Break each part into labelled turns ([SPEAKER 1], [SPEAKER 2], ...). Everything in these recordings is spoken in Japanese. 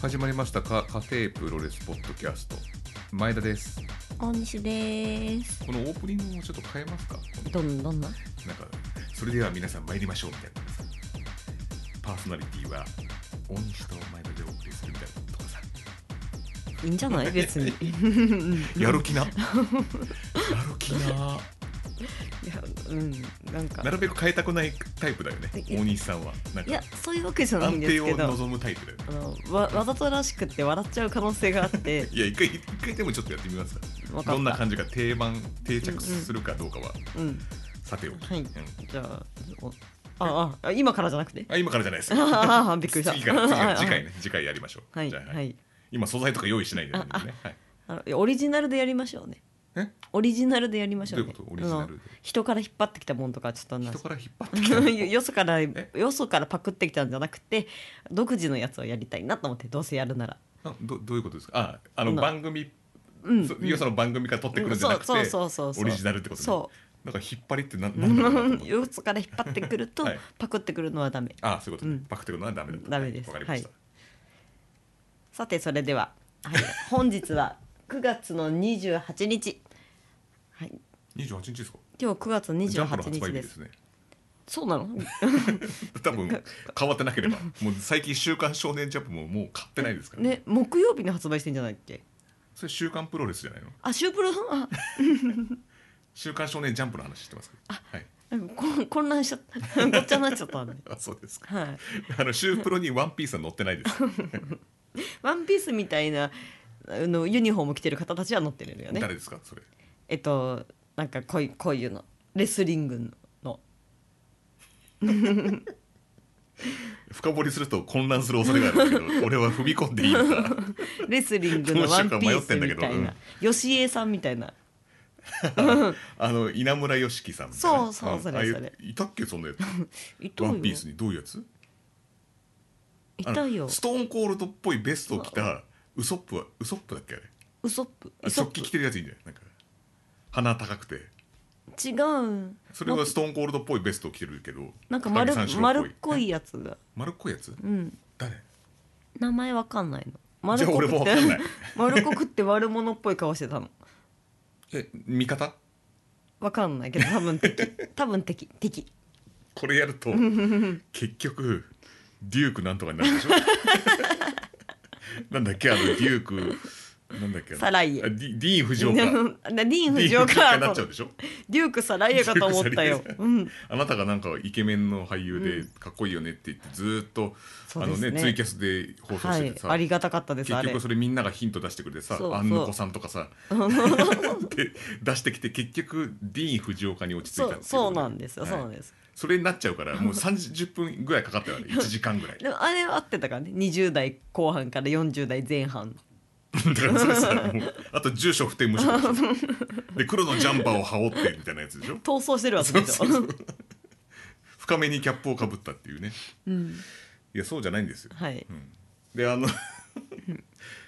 [SPEAKER 1] 始まりましたか家庭プロレスポッドキャスト前田です
[SPEAKER 2] 大西です。
[SPEAKER 1] このオープニングもちょっと変えますか
[SPEAKER 2] どんどんな。
[SPEAKER 1] なんかそれでは皆さん参りましょうみたいなさパーソナリティは大西と前田でお送りするみたいなとかさ
[SPEAKER 2] いいんじゃ ない別に。
[SPEAKER 1] やる 気なやる気ない
[SPEAKER 2] や、うん、なんか
[SPEAKER 1] な。るべく変えたくないタイプだよね大西さんはなん
[SPEAKER 2] いや
[SPEAKER 1] か、
[SPEAKER 2] そういうわけじゃないん
[SPEAKER 1] 安
[SPEAKER 2] で
[SPEAKER 1] 定
[SPEAKER 2] すけ
[SPEAKER 1] を
[SPEAKER 2] ど。
[SPEAKER 1] 望むタイプだよね
[SPEAKER 2] あのわわざとらしくって笑っちゃう可能性があって
[SPEAKER 1] いや一回一回でもちょっとやってみますか
[SPEAKER 2] 分かった
[SPEAKER 1] どんな感じか定番定着するかどうかは、
[SPEAKER 2] うん
[SPEAKER 1] さておき、
[SPEAKER 2] はい
[SPEAKER 1] うん
[SPEAKER 2] じゃあおあああ今からじゃなくて
[SPEAKER 1] あ今からじゃないですよ
[SPEAKER 2] ああびっくりした
[SPEAKER 1] 次から次から
[SPEAKER 2] は
[SPEAKER 1] 次
[SPEAKER 2] い
[SPEAKER 1] 回ね次回やりましょう、
[SPEAKER 2] はい
[SPEAKER 1] じゃあ
[SPEAKER 2] はいはい
[SPEAKER 1] 今素材とか用意しないでね、
[SPEAKER 2] ああ
[SPEAKER 1] ねはい、
[SPEAKER 2] あのいやオリジナルでやりましょうね
[SPEAKER 1] え
[SPEAKER 2] オリジナルでやりましょうね
[SPEAKER 1] どういうことオリジナルで
[SPEAKER 2] あの人から引っ張ってきたもんとかちょっとな
[SPEAKER 1] 人から引っ張って きたの
[SPEAKER 2] よそからよそからパクってきたんじゃなくて独自のやつをやりたいなと思ってどうせやるなら
[SPEAKER 1] あどどういうことですかああの
[SPEAKER 2] うん
[SPEAKER 1] 番組、
[SPEAKER 2] うん
[SPEAKER 1] そよその番組から取ってくるんじゃなくて、
[SPEAKER 2] うんそうそうそうそう
[SPEAKER 1] オリジナルってことね
[SPEAKER 2] そ
[SPEAKER 1] なんか引っ張りってな
[SPEAKER 2] う
[SPEAKER 1] なんだろうなと 思って
[SPEAKER 2] よそから引っ張ってくると、
[SPEAKER 1] はい
[SPEAKER 2] パクってくるのはダメ
[SPEAKER 1] あそういうことね、
[SPEAKER 2] うん
[SPEAKER 1] パクってくるのはダメだった
[SPEAKER 2] ダメです
[SPEAKER 1] わかりました、
[SPEAKER 2] さてそれでは、はい、本日は9月の28日、はい、
[SPEAKER 1] 28日ですか
[SPEAKER 2] 今日9月
[SPEAKER 1] ジャンプの発
[SPEAKER 2] 28日
[SPEAKER 1] 売
[SPEAKER 2] で
[SPEAKER 1] 日ですすね
[SPEAKER 2] そうなの
[SPEAKER 1] 多分変わってなけ ればもう最近「週刊少年ジャンプ」ももう買ってないですからね
[SPEAKER 2] ね木曜日に発売してんじゃないっけ
[SPEAKER 1] それ「週刊プロレス」じゃないの
[SPEAKER 2] あシュープロあ
[SPEAKER 1] 「週刊少年ジャンプ」の話してますからはい
[SPEAKER 2] なんかこん混乱しちゃったごっちゃになっちゃったんで
[SPEAKER 1] あそうですか
[SPEAKER 2] はい
[SPEAKER 1] あのシュープロにワンピースは載ってないです。
[SPEAKER 2] ワンピースみたいなあのユニフォーム着てる方たちは乗ってるよね
[SPEAKER 1] 誰ですかそれ。
[SPEAKER 2] えっとなんかこういうこういうのレスリングの
[SPEAKER 1] 深掘りすると混乱する恐れがあるん だけど、俺は踏み込んでいいのか。
[SPEAKER 2] レスリングのワンピースみた
[SPEAKER 1] どうしようか迷って
[SPEAKER 2] い
[SPEAKER 1] んだ
[SPEAKER 2] な吉江さんみたいな
[SPEAKER 1] あの稲村良樹さんみたいな。
[SPEAKER 2] そうそうそれ
[SPEAKER 1] ああいう
[SPEAKER 2] それ
[SPEAKER 1] いたっけそんなやつ。
[SPEAKER 2] いた
[SPEAKER 1] ワ
[SPEAKER 2] よ
[SPEAKER 1] ンピースにどういうやつ？
[SPEAKER 2] い
[SPEAKER 1] あ
[SPEAKER 2] たよ
[SPEAKER 1] のストーンコールドっぽいベストを着たウソップはウソップだっけあれ。
[SPEAKER 2] ウソップ
[SPEAKER 1] あ
[SPEAKER 2] ウソッ
[SPEAKER 1] 食
[SPEAKER 2] プ
[SPEAKER 1] 器着てるやついいんじゃない？なんか鼻高くて。
[SPEAKER 2] 違う
[SPEAKER 1] それはストーンコールドっぽいベストを着てるけど。
[SPEAKER 2] なんか丸
[SPEAKER 1] 高木三四郎
[SPEAKER 2] 丸っこいやつが
[SPEAKER 1] 丸っこいやつ？
[SPEAKER 2] うん
[SPEAKER 1] 誰？
[SPEAKER 2] 名前わかんないの
[SPEAKER 1] じ
[SPEAKER 2] 丸
[SPEAKER 1] ゃあ
[SPEAKER 2] っこ
[SPEAKER 1] 俺
[SPEAKER 2] く
[SPEAKER 1] もわ
[SPEAKER 2] っ
[SPEAKER 1] かんない
[SPEAKER 2] て丸っこくって悪者っぽい顔してたの
[SPEAKER 1] え味方？
[SPEAKER 2] わかんないけど多分敵 多分敵敵
[SPEAKER 1] これやると結局デュークなんとかになるでしょ なんだっけあのデュークなんだっけあの
[SPEAKER 2] サライエ
[SPEAKER 1] あディディーン・フジオカ
[SPEAKER 2] デ
[SPEAKER 1] デ
[SPEAKER 2] ィ ーン・フ
[SPEAKER 1] ィ
[SPEAKER 2] ジ
[SPEAKER 1] ー
[SPEAKER 2] オ
[SPEAKER 1] ン・フジオカ
[SPEAKER 2] カ
[SPEAKER 1] になっちゃ
[SPEAKER 2] と
[SPEAKER 1] うでしょ
[SPEAKER 2] デュークサライエかと思ったよ
[SPEAKER 1] デュークサライエ
[SPEAKER 2] うん
[SPEAKER 1] あなたがなんかイケメンの俳優でかっこいいよねって言ってずーっと、
[SPEAKER 2] そう
[SPEAKER 1] あの
[SPEAKER 2] ですね
[SPEAKER 1] ねツイキャスで放送
[SPEAKER 2] は
[SPEAKER 1] して
[SPEAKER 2] い
[SPEAKER 1] てさ、
[SPEAKER 2] ありがたかったですあ
[SPEAKER 1] 結
[SPEAKER 2] れ
[SPEAKER 1] 局それみんながヒント出してくれてさ
[SPEAKER 2] そうそう
[SPEAKER 1] あんのこさんと かさで出してきて結局ディーン・フジオカに落ち着いた
[SPEAKER 2] そ
[SPEAKER 1] っていうう
[SPEAKER 2] そうなんですよ
[SPEAKER 1] はい
[SPEAKER 2] そうなんです
[SPEAKER 1] それになっちゃうからもう30分ぐらいかかっ たよね1時間ぐらい
[SPEAKER 2] でもあれは合ってたからね20代後半から40代前半
[SPEAKER 1] だからそれさもうあと住所不定無職でしょで黒のジャンパーを羽織ってみたいなやつでしょ
[SPEAKER 2] 逃走してるわけでしょ
[SPEAKER 1] 深めにキャップをかぶったっていうね
[SPEAKER 2] うん
[SPEAKER 1] いやそうじゃないんですよ、
[SPEAKER 2] はい
[SPEAKER 1] うん、であの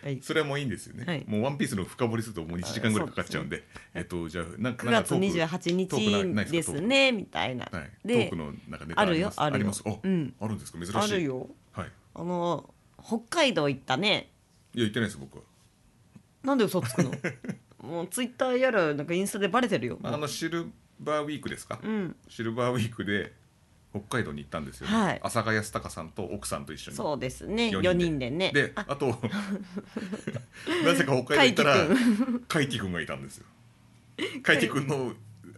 [SPEAKER 2] はい
[SPEAKER 1] それはもういいんですよね、
[SPEAKER 2] はい
[SPEAKER 1] もう「ワンピースの深掘りするともう1時間ぐらいかかっちゃうんでえっとじゃあなんか
[SPEAKER 2] 9
[SPEAKER 1] なん
[SPEAKER 2] 月
[SPEAKER 1] かトーク
[SPEAKER 2] 28
[SPEAKER 1] トークなない
[SPEAKER 2] 日
[SPEAKER 1] で
[SPEAKER 2] ですす
[SPEAKER 1] か
[SPEAKER 2] ねみたいな
[SPEAKER 1] トークはい、ト
[SPEAKER 2] で
[SPEAKER 1] ークのなんかネタあります
[SPEAKER 2] あるよあるよ
[SPEAKER 1] りますあ,、
[SPEAKER 2] うん
[SPEAKER 1] あるんですか珍しい
[SPEAKER 2] あるよ
[SPEAKER 1] はい
[SPEAKER 2] あの北海道行ったね
[SPEAKER 1] いや言ってないです僕は、
[SPEAKER 2] なんで嘘つく のもうツイッターやらなんかインスタでバレてるよ
[SPEAKER 1] まあ、あのシルバーウィークですか、
[SPEAKER 2] うん
[SPEAKER 1] シルバーウィークで北海道に行ったんですよ、ね
[SPEAKER 2] はい
[SPEAKER 1] 朝ヶ谷隆さんと奥さんと一緒に
[SPEAKER 2] そうですね
[SPEAKER 1] 四
[SPEAKER 2] 4人でね
[SPEAKER 1] であと なぜか北海道行ったら海輝くんがいたんですよ海輝くんの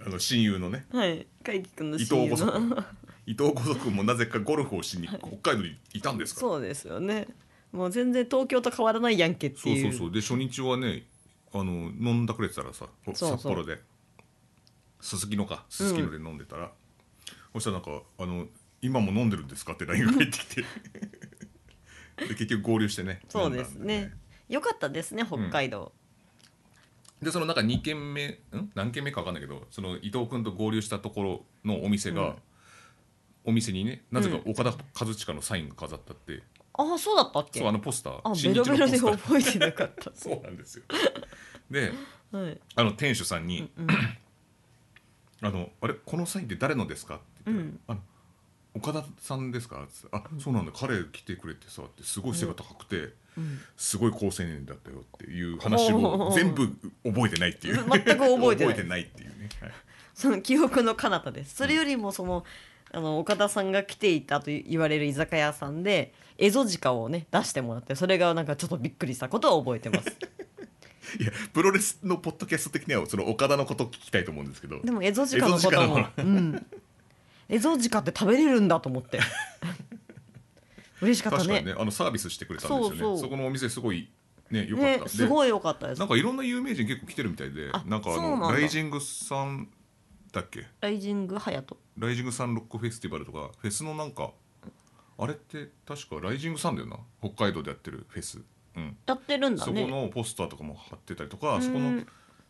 [SPEAKER 1] あの親友のね
[SPEAKER 2] はい海輝くんの
[SPEAKER 1] 伊
[SPEAKER 2] 親友
[SPEAKER 1] 藤五足
[SPEAKER 2] の
[SPEAKER 1] 伊藤五足もなぜかゴルフをしに北海道にいたんですか ら
[SPEAKER 2] そうですよねもう全然東京と変わらないやんけって
[SPEAKER 1] そう
[SPEAKER 2] い
[SPEAKER 1] そううそうで初日はねあの飲んだくれてたらさほ
[SPEAKER 2] そうそう
[SPEAKER 1] 札幌ですすきのかすすきので飲んでたら、そしたらなんかあの「今も飲んでるんですか?」って LINE が入ってき てで結局合流してね
[SPEAKER 2] そうです
[SPEAKER 1] 飲んだんで
[SPEAKER 2] ね良かったですね北海道、
[SPEAKER 1] でそのなんか2軒目ん何軒目か分かんないけどその伊藤君と合流したところのお店が、
[SPEAKER 2] うん
[SPEAKER 1] お店にねなぜか
[SPEAKER 2] う
[SPEAKER 1] 岡田和親のサインが飾ったって、
[SPEAKER 2] ああそうだったっけ
[SPEAKER 1] そうあのポスター
[SPEAKER 2] あベロベロで
[SPEAKER 1] のポス
[SPEAKER 2] 覚えてなかっ
[SPEAKER 1] ター そうなんですよで
[SPEAKER 2] たはい
[SPEAKER 1] あの店主さんに「
[SPEAKER 2] うん
[SPEAKER 1] あのあれこのサインって誰のですか?」って言った
[SPEAKER 2] う
[SPEAKER 1] ら
[SPEAKER 2] ん
[SPEAKER 1] あの岡田さんですか?」っつって「あそうなんだ彼来てくれてさ」ってすごい背が高くて、すごい好青年だったよっていう話を全部覚えてないっていう
[SPEAKER 2] 全く覚えてない
[SPEAKER 1] 覚えてないっていうね、はい
[SPEAKER 2] その記憶の彼方ですそれよりもその,、あの岡田さんが来ていたと言われる居酒屋さんでエゾジカをね出してもらってそれがなんかちょっとびっくりしたことは覚えてます
[SPEAKER 1] いやプロレスのポッドキャスト的にはその岡田のこと聞きたいと思うんですけ ど
[SPEAKER 2] でもエゾジカのことも
[SPEAKER 1] エゾジカ
[SPEAKER 2] うん、エゾジカって食べれるんだと思って 嬉しかった
[SPEAKER 1] 確か
[SPEAKER 2] ね
[SPEAKER 1] にねあのサービスしてくれたんですよねそ
[SPEAKER 2] そうそう
[SPEAKER 1] このお店すごいね良かった、
[SPEAKER 2] ねすごい良かったで
[SPEAKER 1] ですなんかいろんな有名人結構来てるみたいで
[SPEAKER 2] あ
[SPEAKER 1] なんかあ
[SPEAKER 2] そうなん
[SPEAKER 1] の
[SPEAKER 2] だ
[SPEAKER 1] ライジングさんだっけ
[SPEAKER 2] ライジングハヤト
[SPEAKER 1] ライジングサンロックフェスティバルとかフェスのなんかあれって確かライジングサンだよな北海道でやってるフェス、うん
[SPEAKER 2] やってるんだ
[SPEAKER 1] そこ
[SPEAKER 2] ね
[SPEAKER 1] のポスターとかも貼ってたりとか、
[SPEAKER 2] うん
[SPEAKER 1] そこの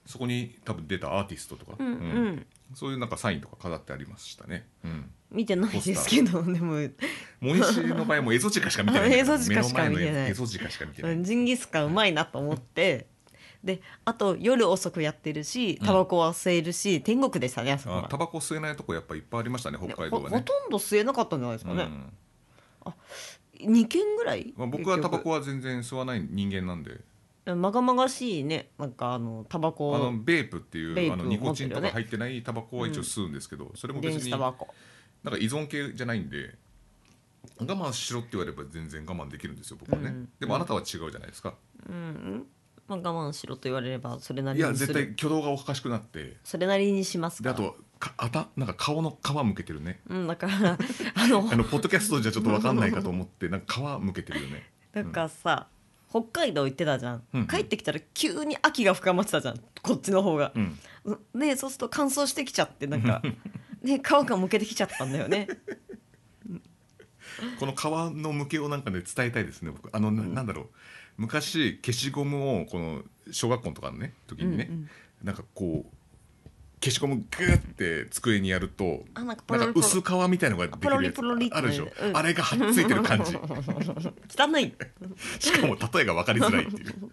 [SPEAKER 1] そこに多分出たアーティストとか、
[SPEAKER 2] うんう
[SPEAKER 1] うん
[SPEAKER 2] ん
[SPEAKER 1] そういうなんかサインとか飾ってありましたね、うん、
[SPEAKER 2] 見てないですけどでも
[SPEAKER 1] モニシの場合もエゾジカしか見てない
[SPEAKER 2] エゾジカしか見てない
[SPEAKER 1] 目の前のエゾジカしか見てない、
[SPEAKER 2] うんジンギスカンうまいなと思ってであと夜遅くやってるし
[SPEAKER 1] うん
[SPEAKER 2] タバコは吸えるし、天国でしたねあそこ
[SPEAKER 1] あ
[SPEAKER 2] は
[SPEAKER 1] タバコ吸えないとこやっぱいっぱいありましたね北海道は
[SPEAKER 2] ほほ
[SPEAKER 1] ね
[SPEAKER 2] とんど吸えなかったんじゃないですか
[SPEAKER 1] う
[SPEAKER 2] ね、
[SPEAKER 1] ん
[SPEAKER 2] 二2軒ぐらい、
[SPEAKER 1] まあ、僕はタバコ
[SPEAKER 2] は
[SPEAKER 1] は全然吸わない人間なんで
[SPEAKER 2] まがまがしいねなんかあのタバコ
[SPEAKER 1] あのベープって
[SPEAKER 2] ベー
[SPEAKER 1] い
[SPEAKER 2] プ
[SPEAKER 1] うあのニコチン
[SPEAKER 2] 持ってるよ
[SPEAKER 1] と
[SPEAKER 2] ね
[SPEAKER 1] か入ってないタバコは一応吸うんですけど、それも別
[SPEAKER 2] 電子
[SPEAKER 1] に
[SPEAKER 2] タ
[SPEAKER 1] な
[SPEAKER 2] バ
[SPEAKER 1] んか
[SPEAKER 2] コ
[SPEAKER 1] 依存系じゃないんで我慢しろって言われれば全然我慢できるんですよ僕は
[SPEAKER 2] う
[SPEAKER 1] ね、
[SPEAKER 2] ん
[SPEAKER 1] でもあなたは違うじゃないですか、
[SPEAKER 2] うん、まあ、我慢しろと言われればそれないり
[SPEAKER 1] や
[SPEAKER 2] にす
[SPEAKER 1] 絶対
[SPEAKER 2] る
[SPEAKER 1] 挙動がおかしくなって
[SPEAKER 2] それなりにします
[SPEAKER 1] で
[SPEAKER 2] か
[SPEAKER 1] あ
[SPEAKER 2] ら
[SPEAKER 1] とかあたなんか顔の皮むけてるね
[SPEAKER 2] うん、だからあの
[SPEAKER 1] あのポッドキャストじゃちょっと分かんないかと思ってなんか皮むけてるよね
[SPEAKER 2] なんかさ、北海道行ってたじゃん、
[SPEAKER 1] うんうん
[SPEAKER 2] 帰ってきたら急に秋が深まってたじゃんこっちの方が
[SPEAKER 1] う、ん
[SPEAKER 2] ねそうすると乾燥してきちゃってなん かね皮がむけてきちゃったんだよね
[SPEAKER 1] この皮の向けをなんかね伝えたいですね僕あの、ななんだろう昔消しゴムをこの小学校とかのね時にね、
[SPEAKER 2] うんうん
[SPEAKER 1] なんかこう消しゴムグーって机にやると
[SPEAKER 2] あなんかポ
[SPEAKER 1] なん
[SPEAKER 2] ロリポ
[SPEAKER 1] か
[SPEAKER 2] ロ
[SPEAKER 1] 薄皮みたいのができるやつ
[SPEAKER 2] ポロリポロリってね
[SPEAKER 1] あるでしょ、
[SPEAKER 2] うん
[SPEAKER 1] あれがはっついてる 感じ
[SPEAKER 2] 汚い
[SPEAKER 1] しかも例えが分かりづらいっていう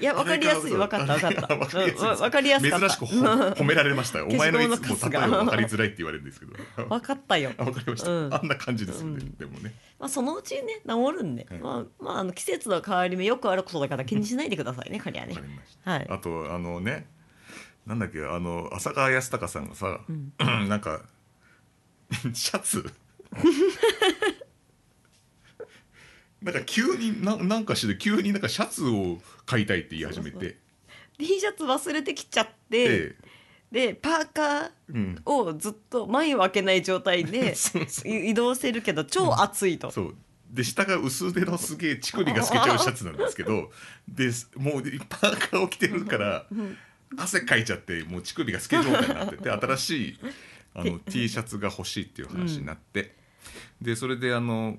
[SPEAKER 2] いやわかりやすいわかったわかった
[SPEAKER 1] 分かりやすい
[SPEAKER 2] うんわかりやすかった
[SPEAKER 1] 珍し くほ褒められましたよお前のいつ
[SPEAKER 2] 消しゴムのカスが
[SPEAKER 1] も例えは分かりづらいって言われるんですけど
[SPEAKER 2] わかったよ
[SPEAKER 1] あ分かりました、
[SPEAKER 2] うん
[SPEAKER 1] あんな感じですよね、
[SPEAKER 2] うん
[SPEAKER 1] でもね
[SPEAKER 2] まあそのうちね治るんで、
[SPEAKER 1] はい
[SPEAKER 2] まあまああの季節の変わり目よくあることだから気にしないでくださいねカリア
[SPEAKER 1] 分
[SPEAKER 2] ね
[SPEAKER 1] かりました
[SPEAKER 2] はい
[SPEAKER 1] あとあのねなんだっけあの浅川康隆さんがさ、
[SPEAKER 2] ん
[SPEAKER 1] なんかシャツ なんか急にななんかして急になんかシャツを買いたいって言い始めて
[SPEAKER 2] T シャツ忘れてきちゃって
[SPEAKER 1] で
[SPEAKER 2] でパーカー
[SPEAKER 1] うん、
[SPEAKER 2] をずっと前を開けない状態 で
[SPEAKER 1] そうそう
[SPEAKER 2] い移動してるけど超暑いと、
[SPEAKER 1] そうで下が薄手のすげえ乳首が透けちゃうシャツなんですけどですもうパーカーを着てるから汗かいちゃってもう乳首が透け状態になってて新しいあの T シャツが欲しいっていう話になって、でそれであの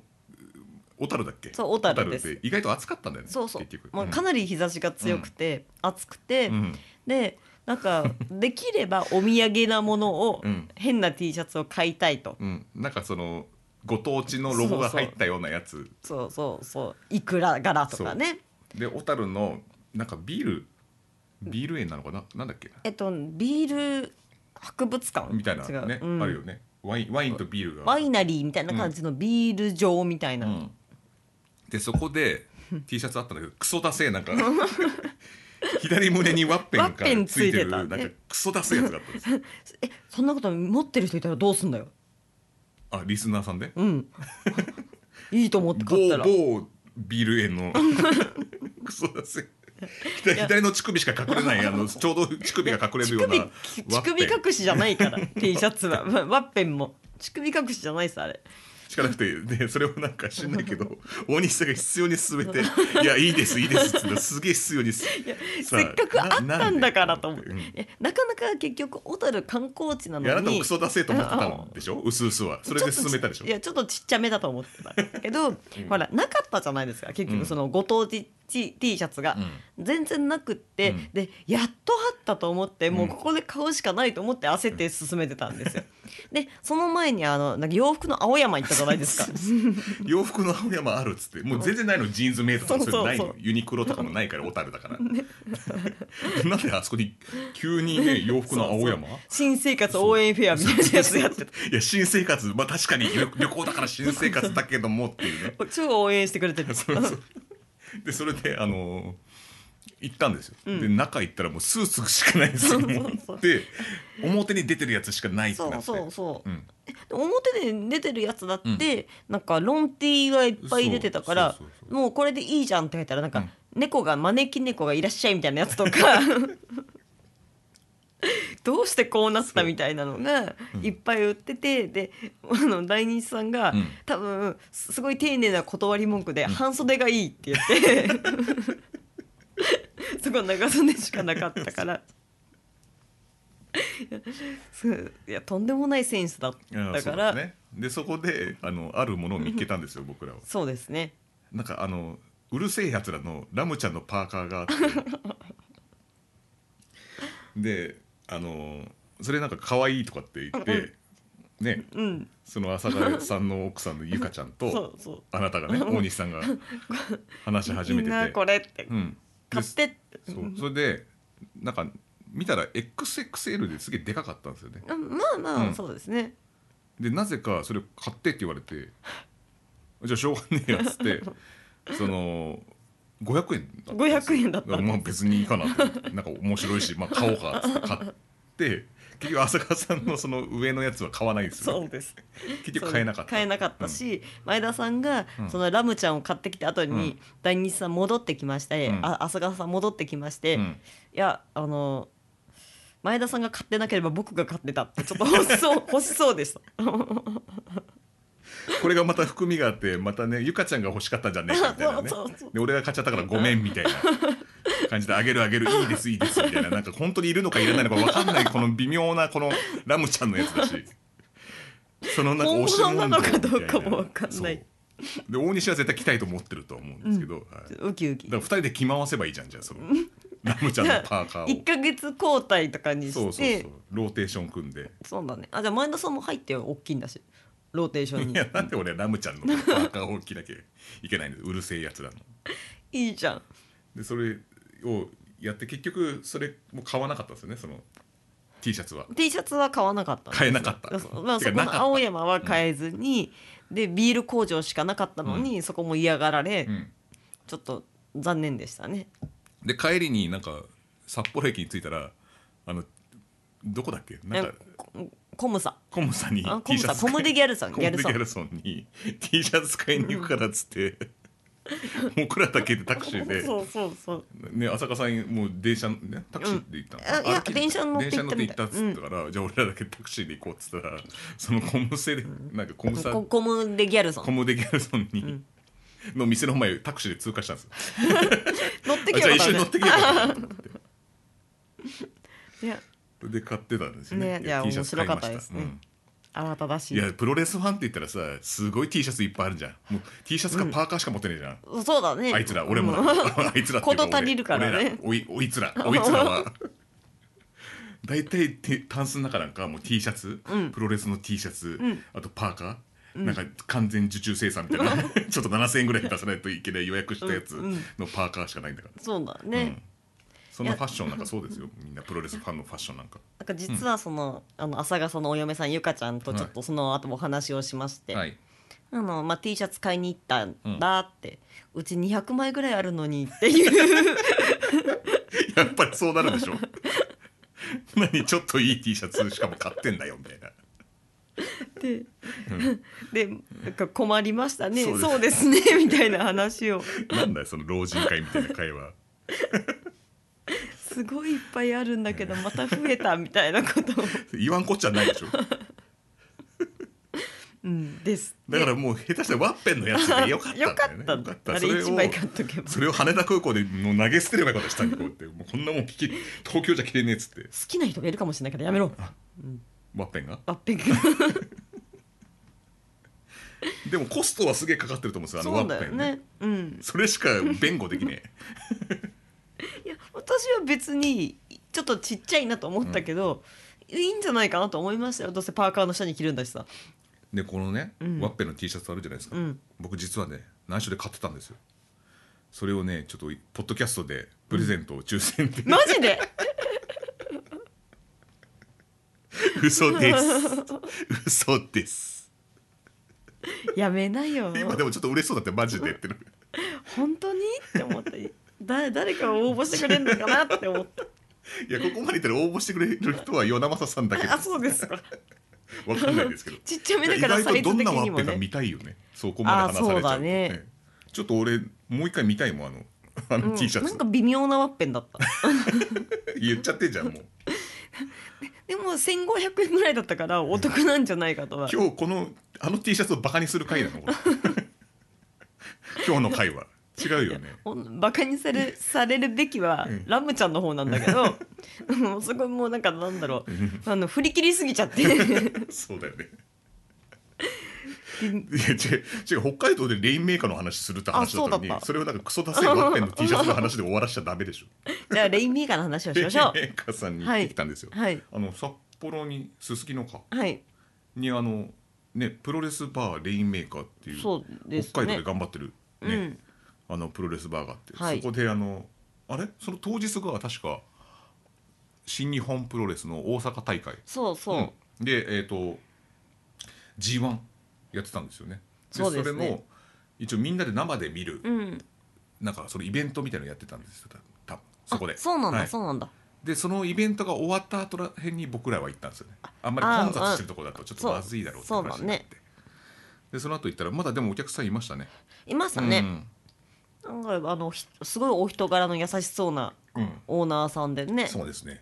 [SPEAKER 1] 小樽だっけ
[SPEAKER 2] そう小樽です
[SPEAKER 1] って意外と暑かったんだよね
[SPEAKER 2] そうそう
[SPEAKER 1] 結局、
[SPEAKER 2] まあ、かなり日差しが強くて、暑くて、
[SPEAKER 1] うん
[SPEAKER 2] でなん かできればお土産なものを、
[SPEAKER 1] うん
[SPEAKER 2] 変な T シャツを買いたいと、
[SPEAKER 1] うんなんかそのご当地のロゴが入ったようなやつ
[SPEAKER 2] そうそうそういくら柄とかね
[SPEAKER 1] で小樽のなんかビールビール園なのかななんだっけ
[SPEAKER 2] えっとビール博物館
[SPEAKER 1] みたいな
[SPEAKER 2] 違う
[SPEAKER 1] ね、
[SPEAKER 2] うん
[SPEAKER 1] あるよねワインワインとビールが
[SPEAKER 2] ワイナリーみたいな感じのビール場みたいな、
[SPEAKER 1] うんでそこで T シャツあったんだけどクソダセえなんか 左胸にワッペン
[SPEAKER 2] ワッペ
[SPEAKER 1] が
[SPEAKER 2] ン
[SPEAKER 1] ついて
[SPEAKER 2] つ
[SPEAKER 1] る
[SPEAKER 2] いてた
[SPEAKER 1] なんかクソダセえやつがあったんですよ
[SPEAKER 2] えそんなこと持ってる人いたらどうすんだよ
[SPEAKER 1] あリスナーさんで
[SPEAKER 2] うん いいと思って
[SPEAKER 1] 某
[SPEAKER 2] 買ったら
[SPEAKER 1] 某ビール園の クソダセえ
[SPEAKER 2] いや
[SPEAKER 1] 左の乳首しか隠れないあのちょうど乳首が隠れるような
[SPEAKER 2] 乳首
[SPEAKER 1] ワ
[SPEAKER 2] 乳
[SPEAKER 1] ッ
[SPEAKER 2] 首
[SPEAKER 1] ペン
[SPEAKER 2] 隠しじゃないから T シャツ はまワッペンも乳首隠しじゃないですあれ
[SPEAKER 1] しかなくてでそれをなんか知んない けど大西さんが必要に勧めて「いやいいですいいです」っつってすげえ必要にす
[SPEAKER 2] いや
[SPEAKER 1] さ
[SPEAKER 2] せっかくあったんだからと思って
[SPEAKER 1] ななんで
[SPEAKER 2] いやなかなか結局小樽観光地なの
[SPEAKER 1] い
[SPEAKER 2] に
[SPEAKER 1] やあなたもクソ出せえと思ってたんでしょうすうすはそれで進めたでしょ
[SPEAKER 2] いやちょっとちっちゃめだと思ってたけど、ほらなかったじゃないですか結局そのご当地 T, T シャツが
[SPEAKER 1] うん、
[SPEAKER 2] 全然なくって、
[SPEAKER 1] うん
[SPEAKER 2] でやっとあったと思ってもううんここで買うしかないと思って焦って進めてたんですよ。でその前にあのなんか洋服の青山行ったじゃない ですか。
[SPEAKER 1] 洋服の青山あるっつってもう全然ないのジーンズメイドとかも
[SPEAKER 2] そう
[SPEAKER 1] それない
[SPEAKER 2] そう
[SPEAKER 1] の
[SPEAKER 2] そう
[SPEAKER 1] ユニクロとかもないから小樽 だからなんであそこに急にね洋服の青山
[SPEAKER 2] 新生活応援フェアみたいなやつやってた
[SPEAKER 1] いや新生活まあ確かに旅旅行だから新生活だけどもっていうね
[SPEAKER 2] 超応援してくれてる
[SPEAKER 1] そう そうでそれであのー行ったんですよ、
[SPEAKER 2] うん
[SPEAKER 1] で中行ったらもうスーツしかないんです
[SPEAKER 2] そ
[SPEAKER 1] よ
[SPEAKER 2] うそうそう
[SPEAKER 1] もうで表に出てるやつしかないってなっ
[SPEAKER 2] そ
[SPEAKER 1] て
[SPEAKER 2] うそうそううんで表で出てるやつだって、なんかロンティーがいっぱい出てたから
[SPEAKER 1] そうそうそう
[SPEAKER 2] もうこれでいいじゃんって書いたらなんか、
[SPEAKER 1] うん
[SPEAKER 2] 猫が招き猫がいらっしゃいみたいなやつとか どうしてこうなったみたいなのが
[SPEAKER 1] うん
[SPEAKER 2] いっぱい売ってて、であの大日さんが、
[SPEAKER 1] うん
[SPEAKER 2] 多分すすごい丁寧な断り文句で、半袖がいいって 言ってそこは長袖しかなかった から。そういやとんでもないセンスだっ
[SPEAKER 1] いや
[SPEAKER 2] た
[SPEAKER 1] そ
[SPEAKER 2] か
[SPEAKER 1] う
[SPEAKER 2] ら
[SPEAKER 1] ですねでそこであのあるものを見つけたんで すよ僕らは
[SPEAKER 2] そうですね。
[SPEAKER 1] なんかあのうるせえやつらのラムちゃんのパーカーがあって であのそれなんか可愛いとかって言って、ね
[SPEAKER 2] うん、
[SPEAKER 1] その朝香さんの奥さんのゆかちゃん
[SPEAKER 2] そ
[SPEAKER 1] と
[SPEAKER 2] うそう。
[SPEAKER 1] あなたがね大西さんが話し始め
[SPEAKER 2] みん
[SPEAKER 1] て
[SPEAKER 2] な
[SPEAKER 1] て
[SPEAKER 2] こ、れって
[SPEAKER 1] うん、で
[SPEAKER 2] 買ってって。
[SPEAKER 1] そうそれでなんか見たら XXL ですげえでかかったんですよね
[SPEAKER 2] うんまあまあ、
[SPEAKER 1] うん
[SPEAKER 2] そうですね。
[SPEAKER 1] でなぜかそれ買ってって言われて「じゃあしょうがねえや」っつって その500円だんですよ
[SPEAKER 2] 500円だったんです
[SPEAKER 1] まあ別にいいかなと思ってなんか面白いし、まあ、買おうかっつって買って結局浅川さんのその上のやつは買わないんですよ、
[SPEAKER 2] そう
[SPEAKER 1] ね、
[SPEAKER 2] です。
[SPEAKER 1] 結局買えなかった
[SPEAKER 2] 買えなかったし、前田さんが
[SPEAKER 1] うん
[SPEAKER 2] そのラムちゃんを買ってきた後
[SPEAKER 1] う
[SPEAKER 2] に
[SPEAKER 1] ん
[SPEAKER 2] 大日さん戻ってきまして、
[SPEAKER 1] うん
[SPEAKER 2] あ浅川さん戻ってきまして、
[SPEAKER 1] うん
[SPEAKER 2] いやあの前田さんが買ってなければ僕が買ってたってちょっと欲し そう欲しそうでした。
[SPEAKER 1] これがまた含みがあってまたねゆかちゃんが欲しかったんじゃねえかみたいなね
[SPEAKER 2] そうそうそう
[SPEAKER 1] で俺が買っちゃったからごめんみたいな感じで「あげるあげるいいですいいです」みたいななんか本当にいるのかいらないのか分かんないこの微妙なこのラムちゃんのやつだしそのなんか押し問答みたい
[SPEAKER 2] 本物なのかどうかも分かんない
[SPEAKER 1] そうで大西は絶対来たいと思ってると思うんですけど、はいだか
[SPEAKER 2] ウキウキ。
[SPEAKER 1] ら2人で着回せばいいじゃんじゃあそのラムちゃんのパーカー
[SPEAKER 2] 一
[SPEAKER 1] を
[SPEAKER 2] ヶ月交代とかにして。
[SPEAKER 1] そうそうそうローテーション組んで。
[SPEAKER 2] そうだね。あじゃあ前田さんも入ってよ大きいんだし、ローテーション
[SPEAKER 1] い
[SPEAKER 2] に
[SPEAKER 1] やなんで俺ラムちゃんのパーカーを着なきゃいけないんだようるせえやつらの。
[SPEAKER 2] いいじゃん。
[SPEAKER 1] でそれをやって結局それも買わなかったんですよねその T シャツは
[SPEAKER 2] T シャツは買わなかったんですよ
[SPEAKER 1] 買えなかった
[SPEAKER 2] そまあ、
[SPEAKER 1] て
[SPEAKER 2] そ
[SPEAKER 1] か
[SPEAKER 2] こ
[SPEAKER 1] なかっ
[SPEAKER 2] の
[SPEAKER 1] た
[SPEAKER 2] 青山は買えずに、でビール工場しかなかったのに、そこも嫌がられ、
[SPEAKER 1] うん
[SPEAKER 2] ちょっと残念でしたね
[SPEAKER 1] で帰りになんか札幌駅に着いたらあのどこだっけなんか
[SPEAKER 2] えこコムサ
[SPEAKER 1] コムさんに
[SPEAKER 2] あコ
[SPEAKER 1] T
[SPEAKER 2] ム
[SPEAKER 1] シャ
[SPEAKER 2] サ
[SPEAKER 1] ツ
[SPEAKER 2] コムデギャルさん
[SPEAKER 1] コ
[SPEAKER 2] ギ
[SPEAKER 1] ム
[SPEAKER 2] ャル
[SPEAKER 1] デギ
[SPEAKER 2] さ
[SPEAKER 1] ャ
[SPEAKER 2] ん
[SPEAKER 1] ルソンに T シャツ買いに行くからっつ って僕らだけでタクシーで
[SPEAKER 2] そうそうそう
[SPEAKER 1] ね浅香さんもう電車、ね、タクシーで行ったの、
[SPEAKER 2] うんあいや
[SPEAKER 1] 歩きで
[SPEAKER 2] 電車乗って行ったみたい
[SPEAKER 1] 電車乗って行ったっつったから、じゃあ俺らだけタクシーで行こうっつったらそのコムセでなんかコムサ
[SPEAKER 2] ココムデギャルさ
[SPEAKER 1] コ
[SPEAKER 2] ん
[SPEAKER 1] ムデギャルソンに、
[SPEAKER 2] ん
[SPEAKER 1] の店の前をタクシーで通過したんですよ。
[SPEAKER 2] 乗って
[SPEAKER 1] あ
[SPEAKER 2] き
[SPEAKER 1] じゃあ
[SPEAKER 2] よ
[SPEAKER 1] 一緒に乗ってきようかなと思って。
[SPEAKER 2] いや
[SPEAKER 1] で買ってたんですよね。
[SPEAKER 2] ねいや
[SPEAKER 1] T シャツ買いました
[SPEAKER 2] 面白かったですね
[SPEAKER 1] うん
[SPEAKER 2] 慌ただし
[SPEAKER 1] い
[SPEAKER 2] い
[SPEAKER 1] やプロレスファンって言ったらさすごい T シャツいっぱいあるじゃん。もう T シャツかパーカーしか持ってねえじゃん。
[SPEAKER 2] そうだね
[SPEAKER 1] あいつら俺もだ あいつらっていうか
[SPEAKER 2] 事足
[SPEAKER 1] 俺
[SPEAKER 2] りるからね
[SPEAKER 1] 俺らおいおいつらおいつ らは大体てタンスの中なんかはもう T シャツ、
[SPEAKER 2] うん
[SPEAKER 1] プロレスの T シャツ、
[SPEAKER 2] ん
[SPEAKER 1] あとパーカー、なんか完全受注生産みたいな ちょっと7000円ぐらい出さないといけない予約したやつ
[SPEAKER 2] うんうん
[SPEAKER 1] のパーカーしかないんだから、
[SPEAKER 2] そうだ
[SPEAKER 1] う
[SPEAKER 2] ね、
[SPEAKER 1] んそんなファッションなんかそうですよみんなプロレスファンのファッションなんか
[SPEAKER 2] なんか実はその,、あの浅賀さんのお嫁さんゆかちゃんとちょっとその後もお話をしまして、
[SPEAKER 1] はい
[SPEAKER 2] あのまあ、T シャツ買いに行ったんだって、うち200枚ぐらいあるのにっていう
[SPEAKER 1] やっぱりそうなるでしょ 何ちょっといい T シャツしかも買ってんだよみたいな
[SPEAKER 2] で,、でなんか困りましたね
[SPEAKER 1] そ
[SPEAKER 2] そうう
[SPEAKER 1] です
[SPEAKER 2] ですね みたいな話を
[SPEAKER 1] なんだよその老人会みたいな会話
[SPEAKER 2] すごいいっぱいあるんだけどまた増えたみたいな ことを、
[SPEAKER 1] 言わんこっちゃないでしょ
[SPEAKER 2] うん、です
[SPEAKER 1] だからもう下手したらワッペンのやつでよかったんだよ
[SPEAKER 2] よか
[SPEAKER 1] ね。
[SPEAKER 2] った,、あれ
[SPEAKER 1] それ
[SPEAKER 2] 1枚
[SPEAKER 1] を
[SPEAKER 2] 買っとけば好
[SPEAKER 1] それを羽田空港でもう投げ捨てればよかった下にこうやってもうこんなもん聞き東京じゃ着れねえっつって
[SPEAKER 2] きな人がいるかもしれないからやめろ
[SPEAKER 1] ワッペンが
[SPEAKER 2] ワッペンが
[SPEAKER 1] でもコストはすげえかかってると思うんですよあの
[SPEAKER 2] そ
[SPEAKER 1] ワ
[SPEAKER 2] うだ
[SPEAKER 1] ッペ
[SPEAKER 2] よ
[SPEAKER 1] ンね
[SPEAKER 2] ねうん
[SPEAKER 1] それしか弁護できねえ
[SPEAKER 2] いや私は別にちょっとちっちゃいなと思ったけど、いいんじゃないかなと思いましたよどうせパーカーの下に着るんだしさ
[SPEAKER 1] でこのね、
[SPEAKER 2] うん
[SPEAKER 1] ワッペンの T シャツあるじゃないですか、
[SPEAKER 2] うん
[SPEAKER 1] 僕実はね内緒で買ってたんですよそれをねちょっとポッドキャストでプレゼントを抽選で、
[SPEAKER 2] マジで
[SPEAKER 1] 嘘です嘘です
[SPEAKER 2] やめなよ
[SPEAKER 1] 今でもちょっと嬉しそうだってマジでってな
[SPEAKER 2] 本当にって思った誰誰か応募してくれるのかなって思 った
[SPEAKER 1] いやここまで言ったら応募してくれる人は与那正さんだけで
[SPEAKER 2] あそうですか
[SPEAKER 1] すわかんないです けど
[SPEAKER 2] ちっちゃめだ
[SPEAKER 1] 意
[SPEAKER 2] から
[SPEAKER 1] 外
[SPEAKER 2] サイ
[SPEAKER 1] とど
[SPEAKER 2] ズ的
[SPEAKER 1] んなワ
[SPEAKER 2] に
[SPEAKER 1] ッ
[SPEAKER 2] も
[SPEAKER 1] ペンが
[SPEAKER 2] ね
[SPEAKER 1] 見たいよねそこまで話されちゃう
[SPEAKER 2] あ
[SPEAKER 1] と
[SPEAKER 2] そうだね
[SPEAKER 1] ちょっと俺もう一回見たいもんあのあ
[SPEAKER 2] う
[SPEAKER 1] の
[SPEAKER 2] ん
[SPEAKER 1] T シャ
[SPEAKER 2] な
[SPEAKER 1] ツ
[SPEAKER 2] ん、か微妙なワッペンだった
[SPEAKER 1] 言っちゃってんじゃん もう
[SPEAKER 2] でも1500円ぐらいだったからお得なんじゃないかとは
[SPEAKER 1] 今日このあの T シャツをバカにする回な のこれ今日の回は違うよね
[SPEAKER 2] ほんバカにされされるべきは
[SPEAKER 1] うん
[SPEAKER 2] ラムちゃんの方なんだけ どもうそこもうなんかなんだろう
[SPEAKER 1] うん
[SPEAKER 2] あの振り切りすぎちゃって
[SPEAKER 1] そうだよねいや違う違う北海道でレインメーカーの話するって話だったのに
[SPEAKER 2] あそうだった
[SPEAKER 1] それをなんかクソダセいワッペン の T シャツの話で終わらしちゃダメでしょ
[SPEAKER 2] じゃあレインメーカーの話をし
[SPEAKER 1] レイン
[SPEAKER 2] ま
[SPEAKER 1] メ
[SPEAKER 2] しょ
[SPEAKER 1] ーカーさんに行ってきたんですよ、
[SPEAKER 2] うはい
[SPEAKER 1] あの札幌にすすきのか
[SPEAKER 2] はい
[SPEAKER 1] にあのねプロレスバーレインメーカーっていう
[SPEAKER 2] そうですね
[SPEAKER 1] 北海道で頑張ってる、ね
[SPEAKER 2] うん
[SPEAKER 1] あのプロレスバーがあって、
[SPEAKER 2] はい
[SPEAKER 1] そこであのあれその当日が確か新日本プロレスの大阪大会
[SPEAKER 2] そうそう、
[SPEAKER 1] うんでえっ、と G1 やってたんですよねで
[SPEAKER 2] そうですね
[SPEAKER 1] れの一応みんなで生で見る、
[SPEAKER 2] うん、
[SPEAKER 1] なんかそのイベントみたいなのやってたんですよ多分多分そこで
[SPEAKER 2] あそうなんだ、
[SPEAKER 1] はい
[SPEAKER 2] そうなんだ
[SPEAKER 1] でそのイベントが終わった後らへんに僕らは行ったんですよねあんまり混雑してるとこだとちょっとまずいだろうって
[SPEAKER 2] そう
[SPEAKER 1] 話になって
[SPEAKER 2] そう
[SPEAKER 1] でその後行ったらまだでもお客さんいましたね
[SPEAKER 2] いました
[SPEAKER 1] う
[SPEAKER 2] ね、
[SPEAKER 1] ん
[SPEAKER 2] なんかあのひすごいお人柄の優しそうな
[SPEAKER 1] うん、
[SPEAKER 2] オーナーさんでね
[SPEAKER 1] そうですね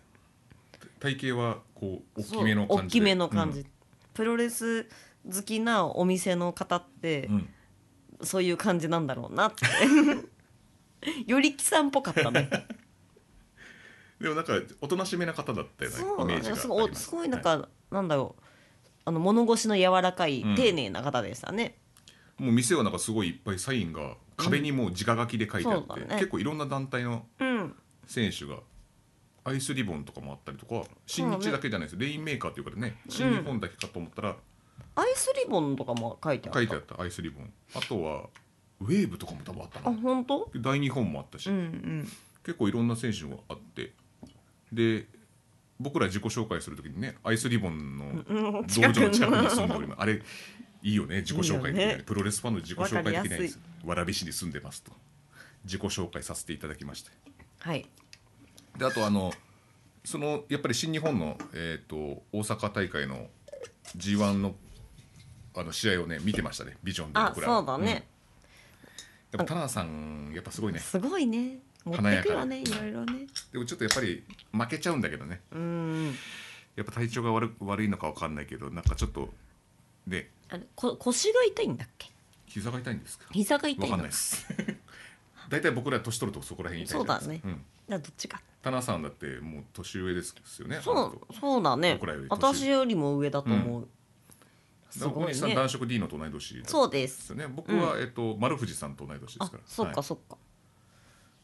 [SPEAKER 1] 体型はこう大きめの
[SPEAKER 2] そう大
[SPEAKER 1] 感じで
[SPEAKER 2] きめの感じ、
[SPEAKER 1] うん
[SPEAKER 2] プロレス好きなお店の方って、
[SPEAKER 1] うん
[SPEAKER 2] そういう感じなんだろう なってよりきさんっぽかったね
[SPEAKER 1] でもなんかおとなしめな方だったよね
[SPEAKER 2] そ
[SPEAKER 1] イ
[SPEAKER 2] う
[SPEAKER 1] メ
[SPEAKER 2] な
[SPEAKER 1] ー
[SPEAKER 2] ん
[SPEAKER 1] ジ
[SPEAKER 2] だ
[SPEAKER 1] が
[SPEAKER 2] すごい
[SPEAKER 1] あります
[SPEAKER 2] すごいなんか、なんだろうあの物腰の柔らかい、
[SPEAKER 1] うん
[SPEAKER 2] 丁寧な方でしたね
[SPEAKER 1] いもう店はなんかすごいいっぱいサインが壁にもう直書きで書いてあって、
[SPEAKER 2] そうだね
[SPEAKER 1] 結構いろんな団体の
[SPEAKER 2] うん
[SPEAKER 1] 選手がアイスリボンとかもあったりとか新日だけじゃないですよ、レインメーカーっていうからね新日本だけかと思ったら、
[SPEAKER 2] アイスリボンとかも書いてあった
[SPEAKER 1] 書いてあったアイスリボンあとはウェーブとかも多分あった
[SPEAKER 2] あ
[SPEAKER 1] な
[SPEAKER 2] 本当
[SPEAKER 1] で大日本もあったし、
[SPEAKER 2] うんうん
[SPEAKER 1] 結構いろんな選手があってで僕ら自己紹介するときにねアイスリボンの
[SPEAKER 2] うん
[SPEAKER 1] 道場の近くに住んでおりますあれいいよね自己紹介でき
[SPEAKER 2] いい
[SPEAKER 1] ない
[SPEAKER 2] よね
[SPEAKER 1] プロレスファンの自己紹介できない
[SPEAKER 2] わか
[SPEAKER 1] で
[SPEAKER 2] りや
[SPEAKER 1] す
[SPEAKER 2] す
[SPEAKER 1] 蕨市に住んでますと自己紹介させていただきまして
[SPEAKER 2] はい
[SPEAKER 1] であとあのそのやっぱり新日本の、えー、と大阪大会の g 1のあの試合をね見てましたねビジョンで
[SPEAKER 2] あ
[SPEAKER 1] 僕らは
[SPEAKER 2] そうだね、
[SPEAKER 1] うんやっぱ田中さんやっぱすごいね
[SPEAKER 2] すごいね持ってくよねいろいろね
[SPEAKER 1] でもちょっとやっぱり負けちゃうんだけどね
[SPEAKER 2] うん
[SPEAKER 1] やっぱ体調が悪悪いのかわかんないけどなんかちょっとで
[SPEAKER 2] あれこ腰が痛いんだっけ
[SPEAKER 1] 膝が痛いんですか
[SPEAKER 2] 膝が痛いの
[SPEAKER 1] わかんないです 大体僕ら年取るとそこら辺痛いじゃないですか
[SPEAKER 2] そうだね
[SPEAKER 1] ん、
[SPEAKER 2] じゃあどっちか
[SPEAKER 1] 田中さんだってもう年上ですよねあ
[SPEAKER 2] そ
[SPEAKER 1] の
[SPEAKER 2] う
[SPEAKER 1] 人
[SPEAKER 2] そうだね
[SPEAKER 1] 僕らより年上
[SPEAKER 2] 私よりも上だと思う、す
[SPEAKER 1] だから
[SPEAKER 2] ご
[SPEAKER 1] 大西
[SPEAKER 2] い
[SPEAKER 1] さん
[SPEAKER 2] ね
[SPEAKER 1] 男色 D のと同い年ですよ
[SPEAKER 2] そうです
[SPEAKER 1] ね僕は、えっと、丸藤さんと同い年で
[SPEAKER 2] あ
[SPEAKER 1] すから
[SPEAKER 2] そっ
[SPEAKER 1] は
[SPEAKER 2] かそっか、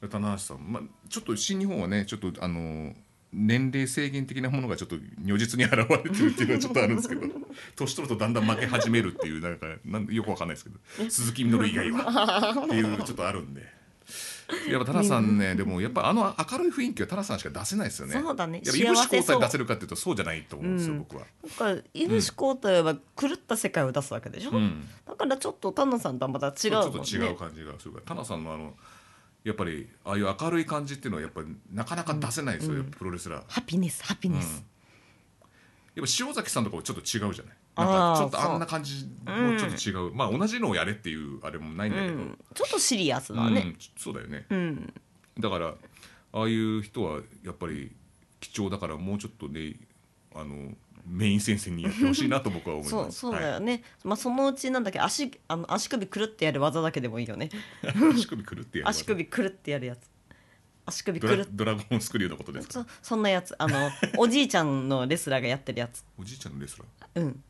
[SPEAKER 1] い、田中さん、まあ、ちょっと新日本はねちょっとあのー年齢制限的なものがちょっと如実に現れてるっていうのはちょっとあるんですけ ど年取るとだんだん負け始めるっていうなんかなんよくわかんないですけど鈴木みのる以外はっていうちょっとあるんで。やっぱ田中さんねでもやっぱあの明るい雰囲気は田中さんしか出せないですよね。
[SPEAKER 2] そうだね
[SPEAKER 1] やっぱいぶし
[SPEAKER 2] 幸せ
[SPEAKER 1] 交
[SPEAKER 2] そう
[SPEAKER 1] 代出せるかっていうとそうじゃないと思うんですよ、
[SPEAKER 2] うん
[SPEAKER 1] 僕は。
[SPEAKER 2] なんかイブシコといえば狂った世界を出すわけでしょ、
[SPEAKER 1] うん
[SPEAKER 2] だからちょっとタナさんとはまた違うもんね
[SPEAKER 1] ちょっと違う感じがするから田中さんのあのやっぱりああいう明るい感じっていうのはやっぱりなかなか出せないですよ、やっぱプロレスラー。
[SPEAKER 2] ハピネスハピ
[SPEAKER 1] うん
[SPEAKER 2] ネ
[SPEAKER 1] やっ
[SPEAKER 2] ス、
[SPEAKER 1] ぱ塩崎さんとかはちょっと違うじゃない
[SPEAKER 2] あ
[SPEAKER 1] な
[SPEAKER 2] ー
[SPEAKER 1] んかちょっとあんな感じもちょっと違うまあ同じのをやれっていうあれもないん
[SPEAKER 2] う
[SPEAKER 1] だ
[SPEAKER 2] ん
[SPEAKER 1] けど、
[SPEAKER 2] ちょっとシリアスだ
[SPEAKER 1] うん
[SPEAKER 2] ね
[SPEAKER 1] そうだよね
[SPEAKER 2] うん、
[SPEAKER 1] だからああいう人はやっぱり貴重だからもうちょっとねあのメイン先生にやってほしいなと僕は思い
[SPEAKER 2] そ
[SPEAKER 1] ま
[SPEAKER 2] う
[SPEAKER 1] す
[SPEAKER 2] そうだ
[SPEAKER 1] は
[SPEAKER 2] よね、まあそのうちなんだっけ足あの足首くるってやる技だけでもいいよね
[SPEAKER 1] い、足首くるってやる
[SPEAKER 2] 足首くるってやるやつ足首く
[SPEAKER 1] ド
[SPEAKER 2] る
[SPEAKER 1] ラ
[SPEAKER 2] っ
[SPEAKER 1] ドラゴンスクリューのことですか
[SPEAKER 2] そ そんなやつあのおじいちゃんのレスラーがやってるやつ
[SPEAKER 1] おじいちゃんのレスラー
[SPEAKER 2] うん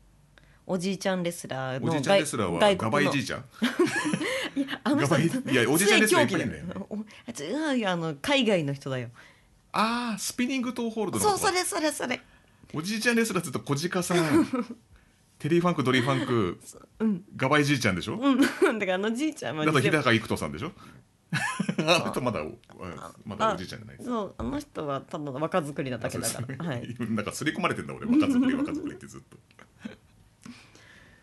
[SPEAKER 2] おじいちゃんレスラー
[SPEAKER 1] お
[SPEAKER 2] の
[SPEAKER 1] じいちゃんレスラーは
[SPEAKER 2] 外国
[SPEAKER 1] ガバイ
[SPEAKER 2] の
[SPEAKER 1] じいちゃん
[SPEAKER 2] いやあの
[SPEAKER 1] ガ
[SPEAKER 2] 人
[SPEAKER 1] バイいやおじいちゃんレスラーいっぱいいるんだよ
[SPEAKER 2] 末狂気だよお違うよあの海外の人だよ
[SPEAKER 1] ああスピニングトーホールドの
[SPEAKER 2] そうそれそれそれ
[SPEAKER 1] おじいちゃんレスラーずっと小鹿さん テリーファンクドリーファンク、ガバイじいちゃんでしょ、
[SPEAKER 2] うん だからあのじいちゃんは
[SPEAKER 1] あと日
[SPEAKER 2] でも
[SPEAKER 1] 高幾人さんでしょ あとまだおあまだおじいちゃんじゃないです
[SPEAKER 2] そうあの人はただの若作りなだけだか
[SPEAKER 1] あそうです
[SPEAKER 2] ら はい
[SPEAKER 1] なんか刷り込まれてんだ俺若作り若作りってずっと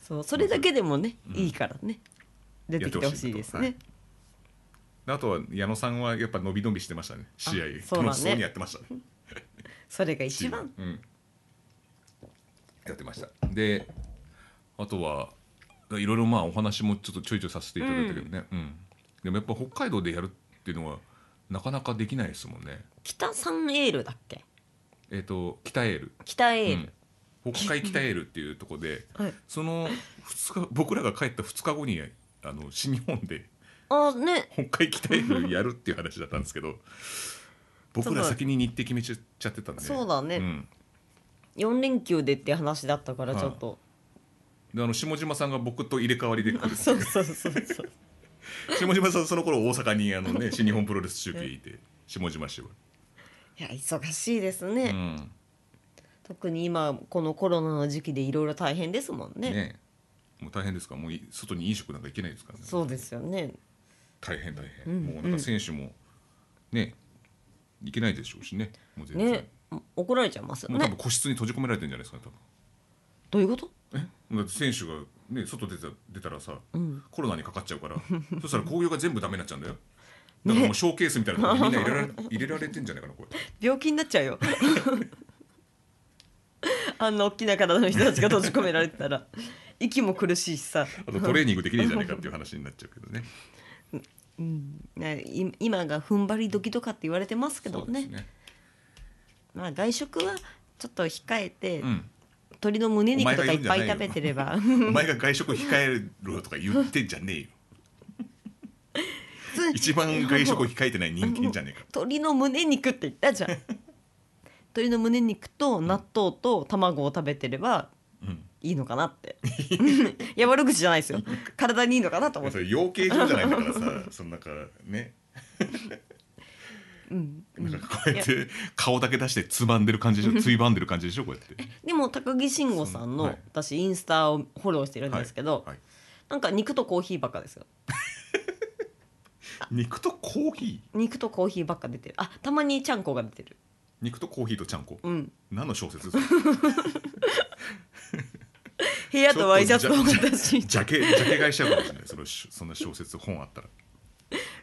[SPEAKER 2] そうそれだけでもね、いいからね出てきてほしいですね
[SPEAKER 1] あとは矢野さんはやっぱ伸び伸びしてましたね試合
[SPEAKER 2] あそうだね
[SPEAKER 1] 楽しそうにやってましたね
[SPEAKER 2] それが一番
[SPEAKER 1] うん、やってましたであとはいろいろまあお話もちょっとちょいちょいさせていただいたけどね、うんでもやっぱ北海道でやるっていうのはなかなかできないですもんね
[SPEAKER 2] 北サンエールだっけ
[SPEAKER 1] えっ、と北エール、
[SPEAKER 2] 北エール、
[SPEAKER 1] うん、北海北エールっていうところで
[SPEAKER 2] はい
[SPEAKER 1] その2日僕らが帰った2日後にあの新日本で
[SPEAKER 2] あね
[SPEAKER 1] 北海北エールやるっていう話だったんですけど僕ら先に日程決めちゃってたんで
[SPEAKER 2] そうだね
[SPEAKER 1] ん
[SPEAKER 2] 4連休でって話だったから
[SPEAKER 1] はい
[SPEAKER 2] ちょっと、
[SPEAKER 1] であの下島さんが僕と入れ替わりで来る
[SPEAKER 2] あそうそうそうそう
[SPEAKER 1] 下島さんその頃大阪にあの ね新日本プロレス中継いて下島氏は、
[SPEAKER 2] いや忙しいですね、
[SPEAKER 1] うん
[SPEAKER 2] 特に今このコロナの時期でいろいろ大変ですもんね
[SPEAKER 1] ねもう大変ですからもうい外に飲食なんか行けないですからね
[SPEAKER 2] そうですよね
[SPEAKER 1] 大変大変、
[SPEAKER 2] うん
[SPEAKER 1] もうなんか選手もね行けないでしょうしねもう全然
[SPEAKER 2] ね怒られちゃいますよ
[SPEAKER 1] もう多
[SPEAKER 2] ね
[SPEAKER 1] 分個室に閉じ込められてるんじゃないですかね多分
[SPEAKER 2] どういうこと
[SPEAKER 1] えだって選手がね外出た出たらさ、
[SPEAKER 2] ん
[SPEAKER 1] コロナにかかっちゃうから そしたら興行が全部ダメになっちゃうんだよだからもうショーケースみたいなとこ にみんな入れられ入れられてんじゃないかなこうやって
[SPEAKER 2] 病気になっちゃうよ あんな大きな体の人たちが閉じ込められてたら息も苦しいしさ、
[SPEAKER 1] あとトレーニングできねえじゃないかっていう話になっちゃうけどね
[SPEAKER 2] うん、ねい今が踏ん張り時とかって言われてますけど
[SPEAKER 1] そうで
[SPEAKER 2] ね
[SPEAKER 1] すね
[SPEAKER 2] まあ外食はちょっと控えて、
[SPEAKER 1] うん
[SPEAKER 2] 鶏の胸肉と
[SPEAKER 1] お
[SPEAKER 2] か
[SPEAKER 1] 前が
[SPEAKER 2] いっ
[SPEAKER 1] 言うんじ
[SPEAKER 2] ぱい
[SPEAKER 1] ゃないよ
[SPEAKER 2] 食べてれ ば
[SPEAKER 1] お前が外食控えろとか言ってんじ ゃねえよ一番外食を控えてない人間じゃねえか
[SPEAKER 2] 鶏の胸肉って言った じゃん鶏の胸肉と納豆と卵を食べてれば
[SPEAKER 1] うん
[SPEAKER 2] いいのかなって いや悪口じゃないですよ体にいいのかなと思っ
[SPEAKER 1] そ
[SPEAKER 2] て、
[SPEAKER 1] れ養鶏場じゃないんだからさそのなんかね
[SPEAKER 2] うん、
[SPEAKER 1] なんかこうやって顔だけ出してつばんでる感じでしょついばんでる感じでしょこ うやって
[SPEAKER 2] でも高木慎吾さんの、
[SPEAKER 1] はい
[SPEAKER 2] 私インスタをフォローしてるんですけど、
[SPEAKER 1] はいはい
[SPEAKER 2] なんか肉とコーヒーばっかですよ
[SPEAKER 1] 肉とコーヒー
[SPEAKER 2] 肉とコーヒーばっか出てるあたまにちゃんこが出てる
[SPEAKER 1] 肉とコーヒーとちゃんこ
[SPEAKER 2] うん
[SPEAKER 1] 何の小説 ですか
[SPEAKER 2] 部屋とワイシャツの私
[SPEAKER 1] ジャケジャケ買いしちゃうかもしれないそのそんな小説本あったら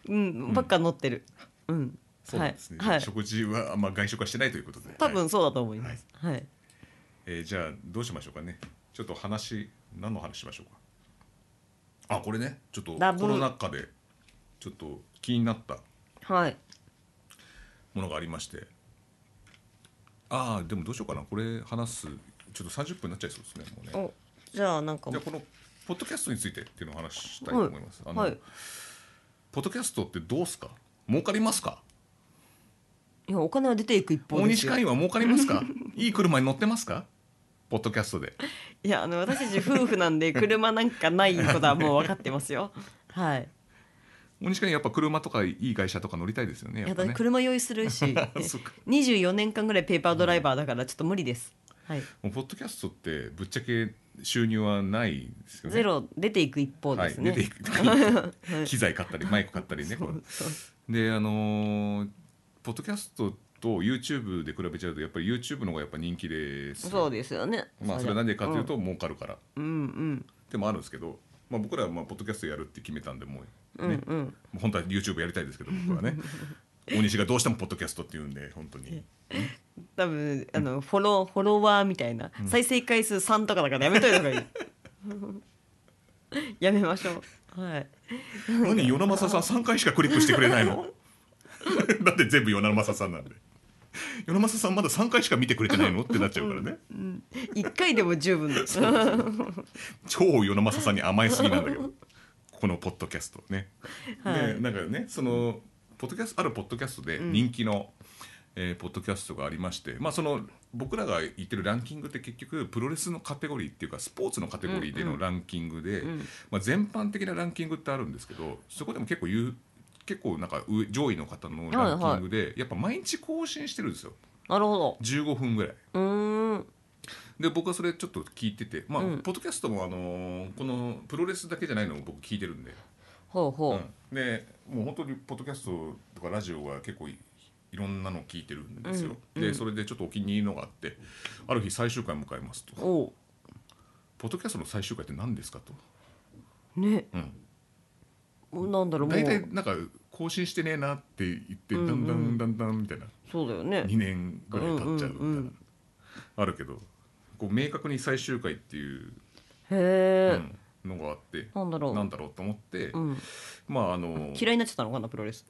[SPEAKER 2] うんばっか載ってるうん
[SPEAKER 1] そうなんですね、
[SPEAKER 2] はいはい
[SPEAKER 1] 食事はあんま外食はしてないということで
[SPEAKER 2] 多
[SPEAKER 1] はい
[SPEAKER 2] 分そうだと思いますはい、
[SPEAKER 1] えーじゃあどうしましょうかねちょっと話何の話しましょうかあこれねちょっと
[SPEAKER 2] ラブ
[SPEAKER 1] コロナ禍でちょっと気になった
[SPEAKER 2] はい
[SPEAKER 1] ものがありましてああでもどうしようかなこれ話すちょっと30分になっちゃいそうですねもうね
[SPEAKER 2] おじゃあなんか
[SPEAKER 1] じゃあこのポッドキャストについてっていうのを話したいと思います、あの
[SPEAKER 2] はい
[SPEAKER 1] ポッドキャストってどうすか儲かりますか
[SPEAKER 2] いやお金は出ていく一方
[SPEAKER 1] 大
[SPEAKER 2] です
[SPEAKER 1] 西
[SPEAKER 2] よ
[SPEAKER 1] 会員は儲かりま すかいい車に乗ってますかポッドキャストで
[SPEAKER 2] いやあの私たち夫婦なん で車なんかないことはもう分かってますよはい
[SPEAKER 1] 大西会員やっぱ車とかいい会社とか乗りたいですよね
[SPEAKER 2] い
[SPEAKER 1] や
[SPEAKER 2] や
[SPEAKER 1] っ
[SPEAKER 2] だ
[SPEAKER 1] ぱ
[SPEAKER 2] って
[SPEAKER 1] ね
[SPEAKER 2] 車用意するし
[SPEAKER 1] あ そっか
[SPEAKER 2] 24年間ぐらいペーパードライバーだからちょっと無理ですはい
[SPEAKER 1] もうポッドキャストってぶっちゃけ収入はないですよね。
[SPEAKER 2] ゼロ出ていく一方
[SPEAKER 1] は
[SPEAKER 2] で
[SPEAKER 1] い、
[SPEAKER 2] すね、
[SPEAKER 1] 出ていく 機材買ったりマイク買ったりねこ
[SPEAKER 2] そう
[SPEAKER 1] うであのーポッドキャストと YouTube で比べちゃうとやっぱり YouTube の方がやっぱ人気です
[SPEAKER 2] そうですよね
[SPEAKER 1] まあそれはなんでかというと、儲かるから、
[SPEAKER 2] うん、うん
[SPEAKER 1] でもあるんですけど、まあ、僕らはまあポッドキャストやるって決めたんでもう、
[SPEAKER 2] うん
[SPEAKER 1] ね
[SPEAKER 2] うんうん
[SPEAKER 1] もう本当は YouTube やりたいですけど僕 はね大西がどうしてもポッドキャストって言うんで本当に
[SPEAKER 2] 多分あのフォローフォロワーみたいな、再生回数3とかだからやめといた方 がいいやめましょうはい
[SPEAKER 1] 何与那政さん3回しかクリックしてくれないの だって全部与那政さんなんで与那政さんまだ3回しか見てくれてないのってなっちゃうからね
[SPEAKER 2] 1回でも十分です
[SPEAKER 1] 超与那政さんに甘えすぎなん だけどこのポッドキャストね、
[SPEAKER 2] はい
[SPEAKER 1] でなんかねそのポッドキャストあるポッドキャストで人気の、えーポッドキャストがありまして、まあ、その僕らが言ってるランキングって結局プロレスのカテゴリーっていうかスポーツのカテゴリーでのランキングで、
[SPEAKER 2] うん
[SPEAKER 1] まあ、全般的なランキングってあるんですけどそこでも結構言う結構なんか上上位の方のランキングで、やっぱ毎日更新してるんですよ
[SPEAKER 2] なるほ
[SPEAKER 1] 15分ぐらい。
[SPEAKER 2] どうーん
[SPEAKER 1] で僕はそれちょっと聞いてて、まあ
[SPEAKER 2] うん
[SPEAKER 1] ポッドキャストも、あのーこのプロレスだけじゃないのを僕聞いてるんで。
[SPEAKER 2] ほうほう、
[SPEAKER 1] うん、でもう本当にポッドキャストとかラジオが結構いいろんなの聞いてるんですよ、
[SPEAKER 2] うんう
[SPEAKER 1] で
[SPEAKER 2] ん
[SPEAKER 1] それでちょっとお気に入りのがあってある日最終回迎えますと「
[SPEAKER 2] お
[SPEAKER 1] ポッドキャストの最終回って何ですか?」と、
[SPEAKER 2] うね
[SPEAKER 1] うん、
[SPEAKER 2] なんだろうも
[SPEAKER 1] 大体
[SPEAKER 2] う
[SPEAKER 1] なんか更新してねえなって言ってだ
[SPEAKER 2] うんうんん
[SPEAKER 1] だんだんだんみたいな
[SPEAKER 2] そうだよね
[SPEAKER 1] 2年ぐらい経っちゃうみたいな、
[SPEAKER 2] うんうんうん
[SPEAKER 1] あるけどこう明確に最終回っていう、う
[SPEAKER 2] へえ、
[SPEAKER 1] んのがあって
[SPEAKER 2] なんだろう
[SPEAKER 1] なんだろうと思って、
[SPEAKER 2] うん、
[SPEAKER 1] まああの
[SPEAKER 2] 嫌いになっちゃったのかなプロレス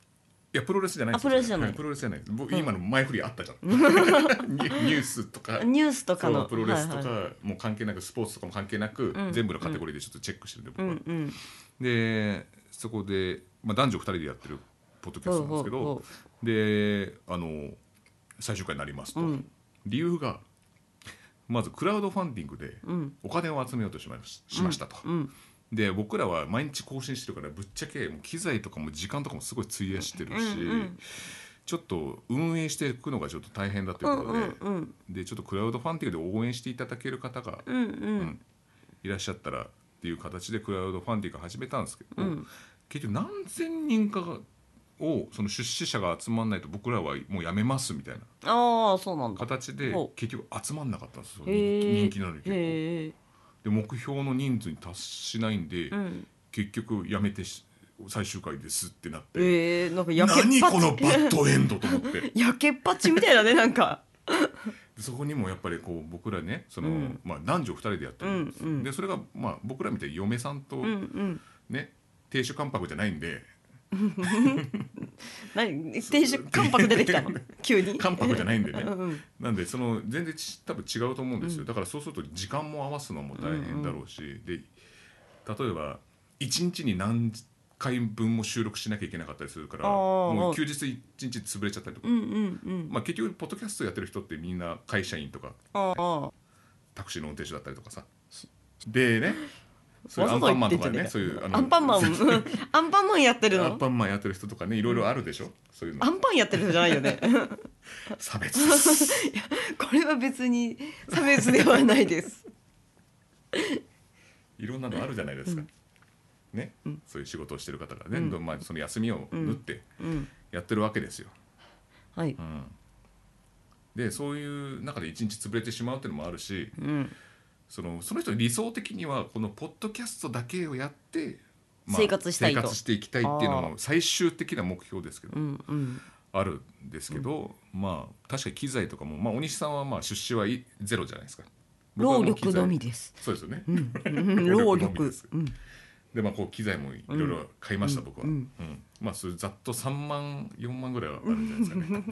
[SPEAKER 1] いやプロレスじゃないです
[SPEAKER 2] あプロレスじゃない
[SPEAKER 1] プロレスじゃないです僕
[SPEAKER 2] うん
[SPEAKER 1] 今の前振りあったじゃん ニュニュースとか
[SPEAKER 2] ニュースとか
[SPEAKER 1] そ
[SPEAKER 2] の
[SPEAKER 1] うプロレスと
[SPEAKER 2] はいはい、
[SPEAKER 1] かもう関係なくスポーツとかも関係なく
[SPEAKER 2] うん
[SPEAKER 1] 全部のカテゴリーでちょっとチェックしてるんで
[SPEAKER 2] う
[SPEAKER 1] 僕は
[SPEAKER 2] んうん
[SPEAKER 1] でそこでまあ男女2人でやってるポッドキャストなんですけ
[SPEAKER 2] ほうほ
[SPEAKER 1] どであの最終回になりますと
[SPEAKER 2] うん
[SPEAKER 1] 理由がまずクラウドファンディングで
[SPEAKER 2] うん
[SPEAKER 1] お金を集めようとしまいまししましたと
[SPEAKER 2] うん
[SPEAKER 1] で僕らは毎日更新してるからぶっちゃけもう機材とかも時間とかもすごい費やしてるし、
[SPEAKER 2] うんうん
[SPEAKER 1] ちょっと運営していくのがちょっと大変だと
[SPEAKER 2] う
[SPEAKER 1] い
[SPEAKER 2] ん
[SPEAKER 1] うこと
[SPEAKER 2] う
[SPEAKER 1] で,、
[SPEAKER 2] んうん
[SPEAKER 1] でちょっとクラウドファンディングで応援していただける方が
[SPEAKER 2] うんうん
[SPEAKER 1] いらっしゃったらっていう形でクラウドファンディング始めたんですけど、
[SPEAKER 2] うん
[SPEAKER 1] 結局何千人かがをその出資者が集まんないと僕らはもうやめますみたいな
[SPEAKER 2] ああそうなんだ
[SPEAKER 1] 形で
[SPEAKER 2] ほう
[SPEAKER 1] 結局集まんなかったんですよ
[SPEAKER 2] へ
[SPEAKER 1] 人気なのに結構。
[SPEAKER 2] へえ
[SPEAKER 1] で目標の人数に達しないんで、
[SPEAKER 2] うん
[SPEAKER 1] 結局やめてし最終回ですってなって、
[SPEAKER 2] ええなんか焼けっぱち
[SPEAKER 1] 何このバッドエンドと思って
[SPEAKER 2] 焼けっぱちみたいだねなんか
[SPEAKER 1] そこにもやっぱりこう僕らねその、
[SPEAKER 2] うん
[SPEAKER 1] まあ、男女2人でやってるんです、
[SPEAKER 2] うんうん
[SPEAKER 1] でそれが、まあ、僕らみたいに嫁さんと
[SPEAKER 2] うんう
[SPEAKER 1] ね、
[SPEAKER 2] ん
[SPEAKER 1] 亭主関白じゃないんで
[SPEAKER 2] 何亭主関白出てき たの急に
[SPEAKER 1] 関白じゃないんでね
[SPEAKER 2] うんうん
[SPEAKER 1] なんでその全然ち多分違うと思うんですよ、だからそうすると時間も合わすのも大変だろうし、で例えば1日に何回分も収録しなきゃいけなかったりするから
[SPEAKER 2] あー
[SPEAKER 1] もう休日1日潰れちゃったりとか、
[SPEAKER 2] うんうんうん
[SPEAKER 1] まあ、結局ポッドキャストやってる人ってみんな会社員とか
[SPEAKER 2] ああ
[SPEAKER 1] タクシーの運転手だったりとかさでねそういうア
[SPEAKER 2] わ
[SPEAKER 1] ン
[SPEAKER 2] ざと
[SPEAKER 1] パンマ
[SPEAKER 2] 言って
[SPEAKER 1] ン
[SPEAKER 2] ん
[SPEAKER 1] と
[SPEAKER 2] じゃ
[SPEAKER 1] か
[SPEAKER 2] ねえ
[SPEAKER 1] ね
[SPEAKER 2] か
[SPEAKER 1] そういうあの
[SPEAKER 2] アンパンマンうん アンパンマンやってる
[SPEAKER 1] アン
[SPEAKER 2] の
[SPEAKER 1] パンマンやってる人とかねいろいろあるでしょそういう
[SPEAKER 2] ア
[SPEAKER 1] の
[SPEAKER 2] ンパンやってる人じゃないよ ね
[SPEAKER 1] 差別です
[SPEAKER 2] これは別に差別ではないです
[SPEAKER 1] いろんなのあるじゃないですか、ね、そういう仕事をしてる方がね、
[SPEAKER 2] うん
[SPEAKER 1] どんまあその休みを縫って
[SPEAKER 2] うん
[SPEAKER 1] やってるわけですよ、
[SPEAKER 2] はい
[SPEAKER 1] うんでそういう中で一日潰れてしまうっていうのもあるし
[SPEAKER 2] うん
[SPEAKER 1] そのその人理想的にはこのポッドキャストだけをやって、
[SPEAKER 2] 生活したいと
[SPEAKER 1] 生活していきたいっていうのの最終的な目標ですけど
[SPEAKER 2] うんうん
[SPEAKER 1] あるんですけど、まあ確かに機材とかも、まあ、大西さんはまあ出資はいゼロじゃないですか僕は
[SPEAKER 2] 労
[SPEAKER 1] もう機
[SPEAKER 2] 力
[SPEAKER 1] 材
[SPEAKER 2] のみです
[SPEAKER 1] そうですよね、
[SPEAKER 2] うん労
[SPEAKER 1] のみで
[SPEAKER 2] 力
[SPEAKER 1] す
[SPEAKER 2] うん
[SPEAKER 1] でまあこう機材もいろいろ買いました、
[SPEAKER 2] うん
[SPEAKER 1] 僕は、う
[SPEAKER 2] うんん
[SPEAKER 1] まあそれざっと3万4万ぐらいはあるんじゃないで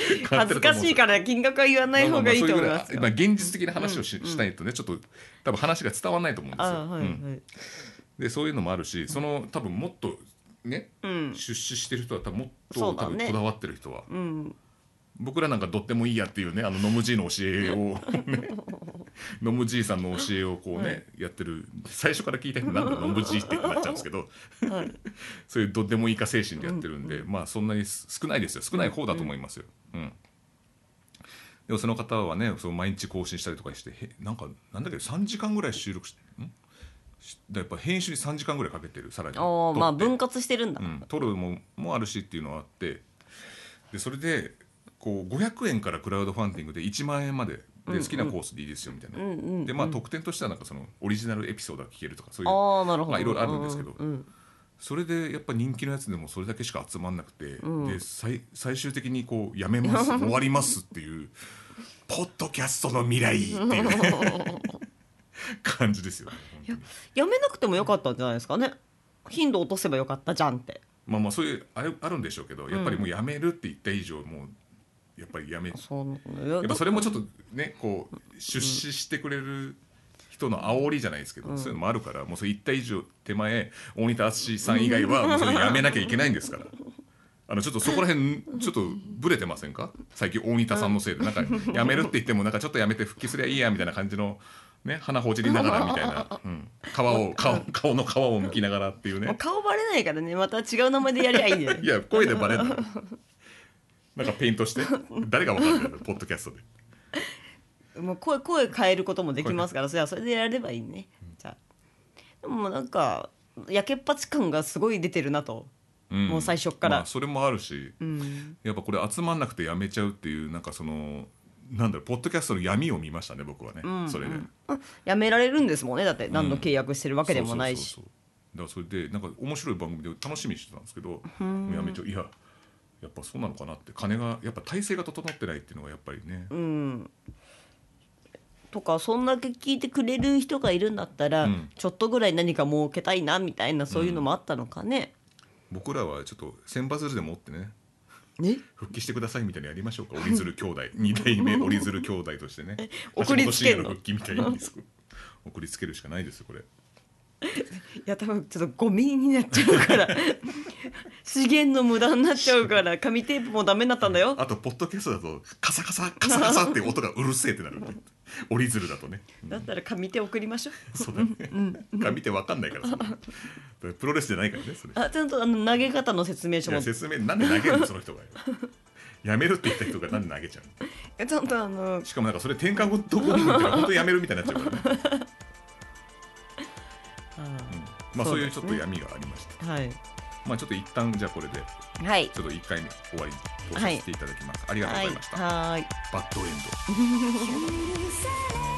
[SPEAKER 1] すかね買っ
[SPEAKER 2] 恥
[SPEAKER 1] て
[SPEAKER 2] ず
[SPEAKER 1] ると
[SPEAKER 2] か
[SPEAKER 1] 思うん
[SPEAKER 2] し
[SPEAKER 1] です
[SPEAKER 2] い
[SPEAKER 1] よ
[SPEAKER 2] から金額は言わない方がいいと思いますよ
[SPEAKER 1] あああそれぐらまあ、現実的な話をし,、したいとねちょっと多分話が伝わらないと思うんです
[SPEAKER 2] あ
[SPEAKER 1] よ、
[SPEAKER 2] あはいは
[SPEAKER 1] うん
[SPEAKER 2] い
[SPEAKER 1] でそういうのもあるしその多分もっとね
[SPEAKER 2] うん
[SPEAKER 1] 出資してる人は多分もっ
[SPEAKER 2] そ
[SPEAKER 1] と、
[SPEAKER 2] う
[SPEAKER 1] 多
[SPEAKER 2] だ
[SPEAKER 1] 分
[SPEAKER 2] ね
[SPEAKER 1] こだわってる人は
[SPEAKER 2] うん
[SPEAKER 1] 僕らなんかどってもいいやっていうねあのノムじいの教えを ねノムじいさんの教えをこうね、やってる最初から聞いた人なんかノムじいってなっちゃうんですけど
[SPEAKER 2] はい
[SPEAKER 1] そういうどってもいいか精神でやってるんで、まあそんなにす少ないですよ少ない方だと思いますよ。うんでもその方はねその毎日更新したりとかしてへなんかなんだっけ3時間ぐらい収録してんしやっぱ編集に3時間ぐらいかけてるさらに
[SPEAKER 2] ああ まあ
[SPEAKER 1] 撮って
[SPEAKER 2] 分割してるんだ
[SPEAKER 1] うん、取るももあるしっていうのはあってでそれでこう500円からクラウドファンディングで1万円までで好きなコースでいいですよみたいな、
[SPEAKER 2] うんうん
[SPEAKER 1] でまあ特典としてはなんかそのオリジナルエピソードが聞けるとかそういう
[SPEAKER 2] ああなるほど、
[SPEAKER 1] まあいろいろあるんですけど
[SPEAKER 2] うんうん
[SPEAKER 1] それでやっぱ人気のやつでもそれだけしか集まんなくて、
[SPEAKER 2] ん
[SPEAKER 1] で最最終的にこうやめます 終わりますっていうポッドキャストの未来っていうね感じですよね。本当に
[SPEAKER 2] やめなくてもよかったんじゃないですかね頻度落とせばよかったじゃんって
[SPEAKER 1] まあまあそういうあれあるんでしょうけどやっぱりもうやめるって言った以上もうやっぱりやめ
[SPEAKER 2] そう
[SPEAKER 1] やっぱそれもちょっとねこう出資してくれる人の煽りじゃないですけど、そういうのもあるからもうそれ一体以上手前大仁田淳さん以外はもうそれやめなきゃいけないんですからあのちょっとそこら辺ちょっとブレてませんか最近大仁田さんのせいでなんかやめるって言ってもなんかちょっとやめて復帰すりゃいいやみたいな感じのね鼻ほじりながらみたいな、うん、皮を顔顔の皮を剥きながらっていう
[SPEAKER 2] もう
[SPEAKER 1] ね
[SPEAKER 2] 顔バレないからねまた違う名前でやりゃいいんだよ
[SPEAKER 1] いや声でバレないなんかペイントして誰がわかるんだよポッドキャストで
[SPEAKER 2] もう声声変えることもできますからそれはそれでやればいいね、じゃあでもなんかやけっぱち感がすごい出てるなと、
[SPEAKER 1] うん
[SPEAKER 2] もう最初っから
[SPEAKER 1] まあそれもあるし
[SPEAKER 2] うん、
[SPEAKER 1] やっぱこれ集まんなくてやめちゃうっていうなんかそのなんだろうポッドキャストの闇を見ましたね僕はね、
[SPEAKER 2] うん
[SPEAKER 1] それで。
[SPEAKER 2] やめられるんですもんねだって何度契約してるわけでもないし、
[SPEAKER 1] そうそうそうそうだからそれでなんか面白い番組で楽しみにしてたんですけどやめちゃういややっぱそうなのかなって金がやっぱ体制が整ってないっていうのがやっぱりね、
[SPEAKER 2] うんとかそんだけ聞いてくれる人がいるんだったら、
[SPEAKER 1] うん
[SPEAKER 2] ちょっとぐらい何か儲けたいなみたいなそういうのもあったのかね、
[SPEAKER 1] 僕らはちょっと千羽鶴でもってね
[SPEAKER 2] ね
[SPEAKER 1] 復帰してくださいみたいなのやりましょうか折り鶴兄 弟2代目折り鶴兄弟としてね
[SPEAKER 2] 送りつけるの
[SPEAKER 1] 橋本真也の復帰みたいにです送りつけるしかないですよこれ
[SPEAKER 2] いや多分ちょっとゴミになっちゃうから 資源の無駄になっちゃうから紙テープもダメになったんだよ
[SPEAKER 1] あとポッドキャストだとカサカサカサカサって音がうるせえってなる折り鶴だとね
[SPEAKER 2] だったら紙手送りましょう
[SPEAKER 1] そうだね。が見てわかんないからそんなの。プロレスじゃないからね、それ。
[SPEAKER 2] あちゃんとあの投げ方の説明書
[SPEAKER 1] い
[SPEAKER 2] も
[SPEAKER 1] や説明なんで投げるのその人が。やめるって言った人がなんで投げちゃう
[SPEAKER 2] ちゃんとあの
[SPEAKER 1] の。しかもなんかそれ転換後どこに行ったら本当にやめるみたいになっちゃうからね。まあ
[SPEAKER 2] そ
[SPEAKER 1] そううい
[SPEAKER 2] で
[SPEAKER 1] うち
[SPEAKER 2] す
[SPEAKER 1] ょ
[SPEAKER 2] ね
[SPEAKER 1] っと闇がありました。
[SPEAKER 2] はい
[SPEAKER 1] まあちょっと一旦じゃあこれで
[SPEAKER 2] はい
[SPEAKER 1] ちょっと一回目終わりにとさせていただきます。ありがとうご
[SPEAKER 2] は
[SPEAKER 1] ざ
[SPEAKER 2] い
[SPEAKER 1] いました。
[SPEAKER 2] はーい
[SPEAKER 1] バッドエンド。
[SPEAKER 3] 許され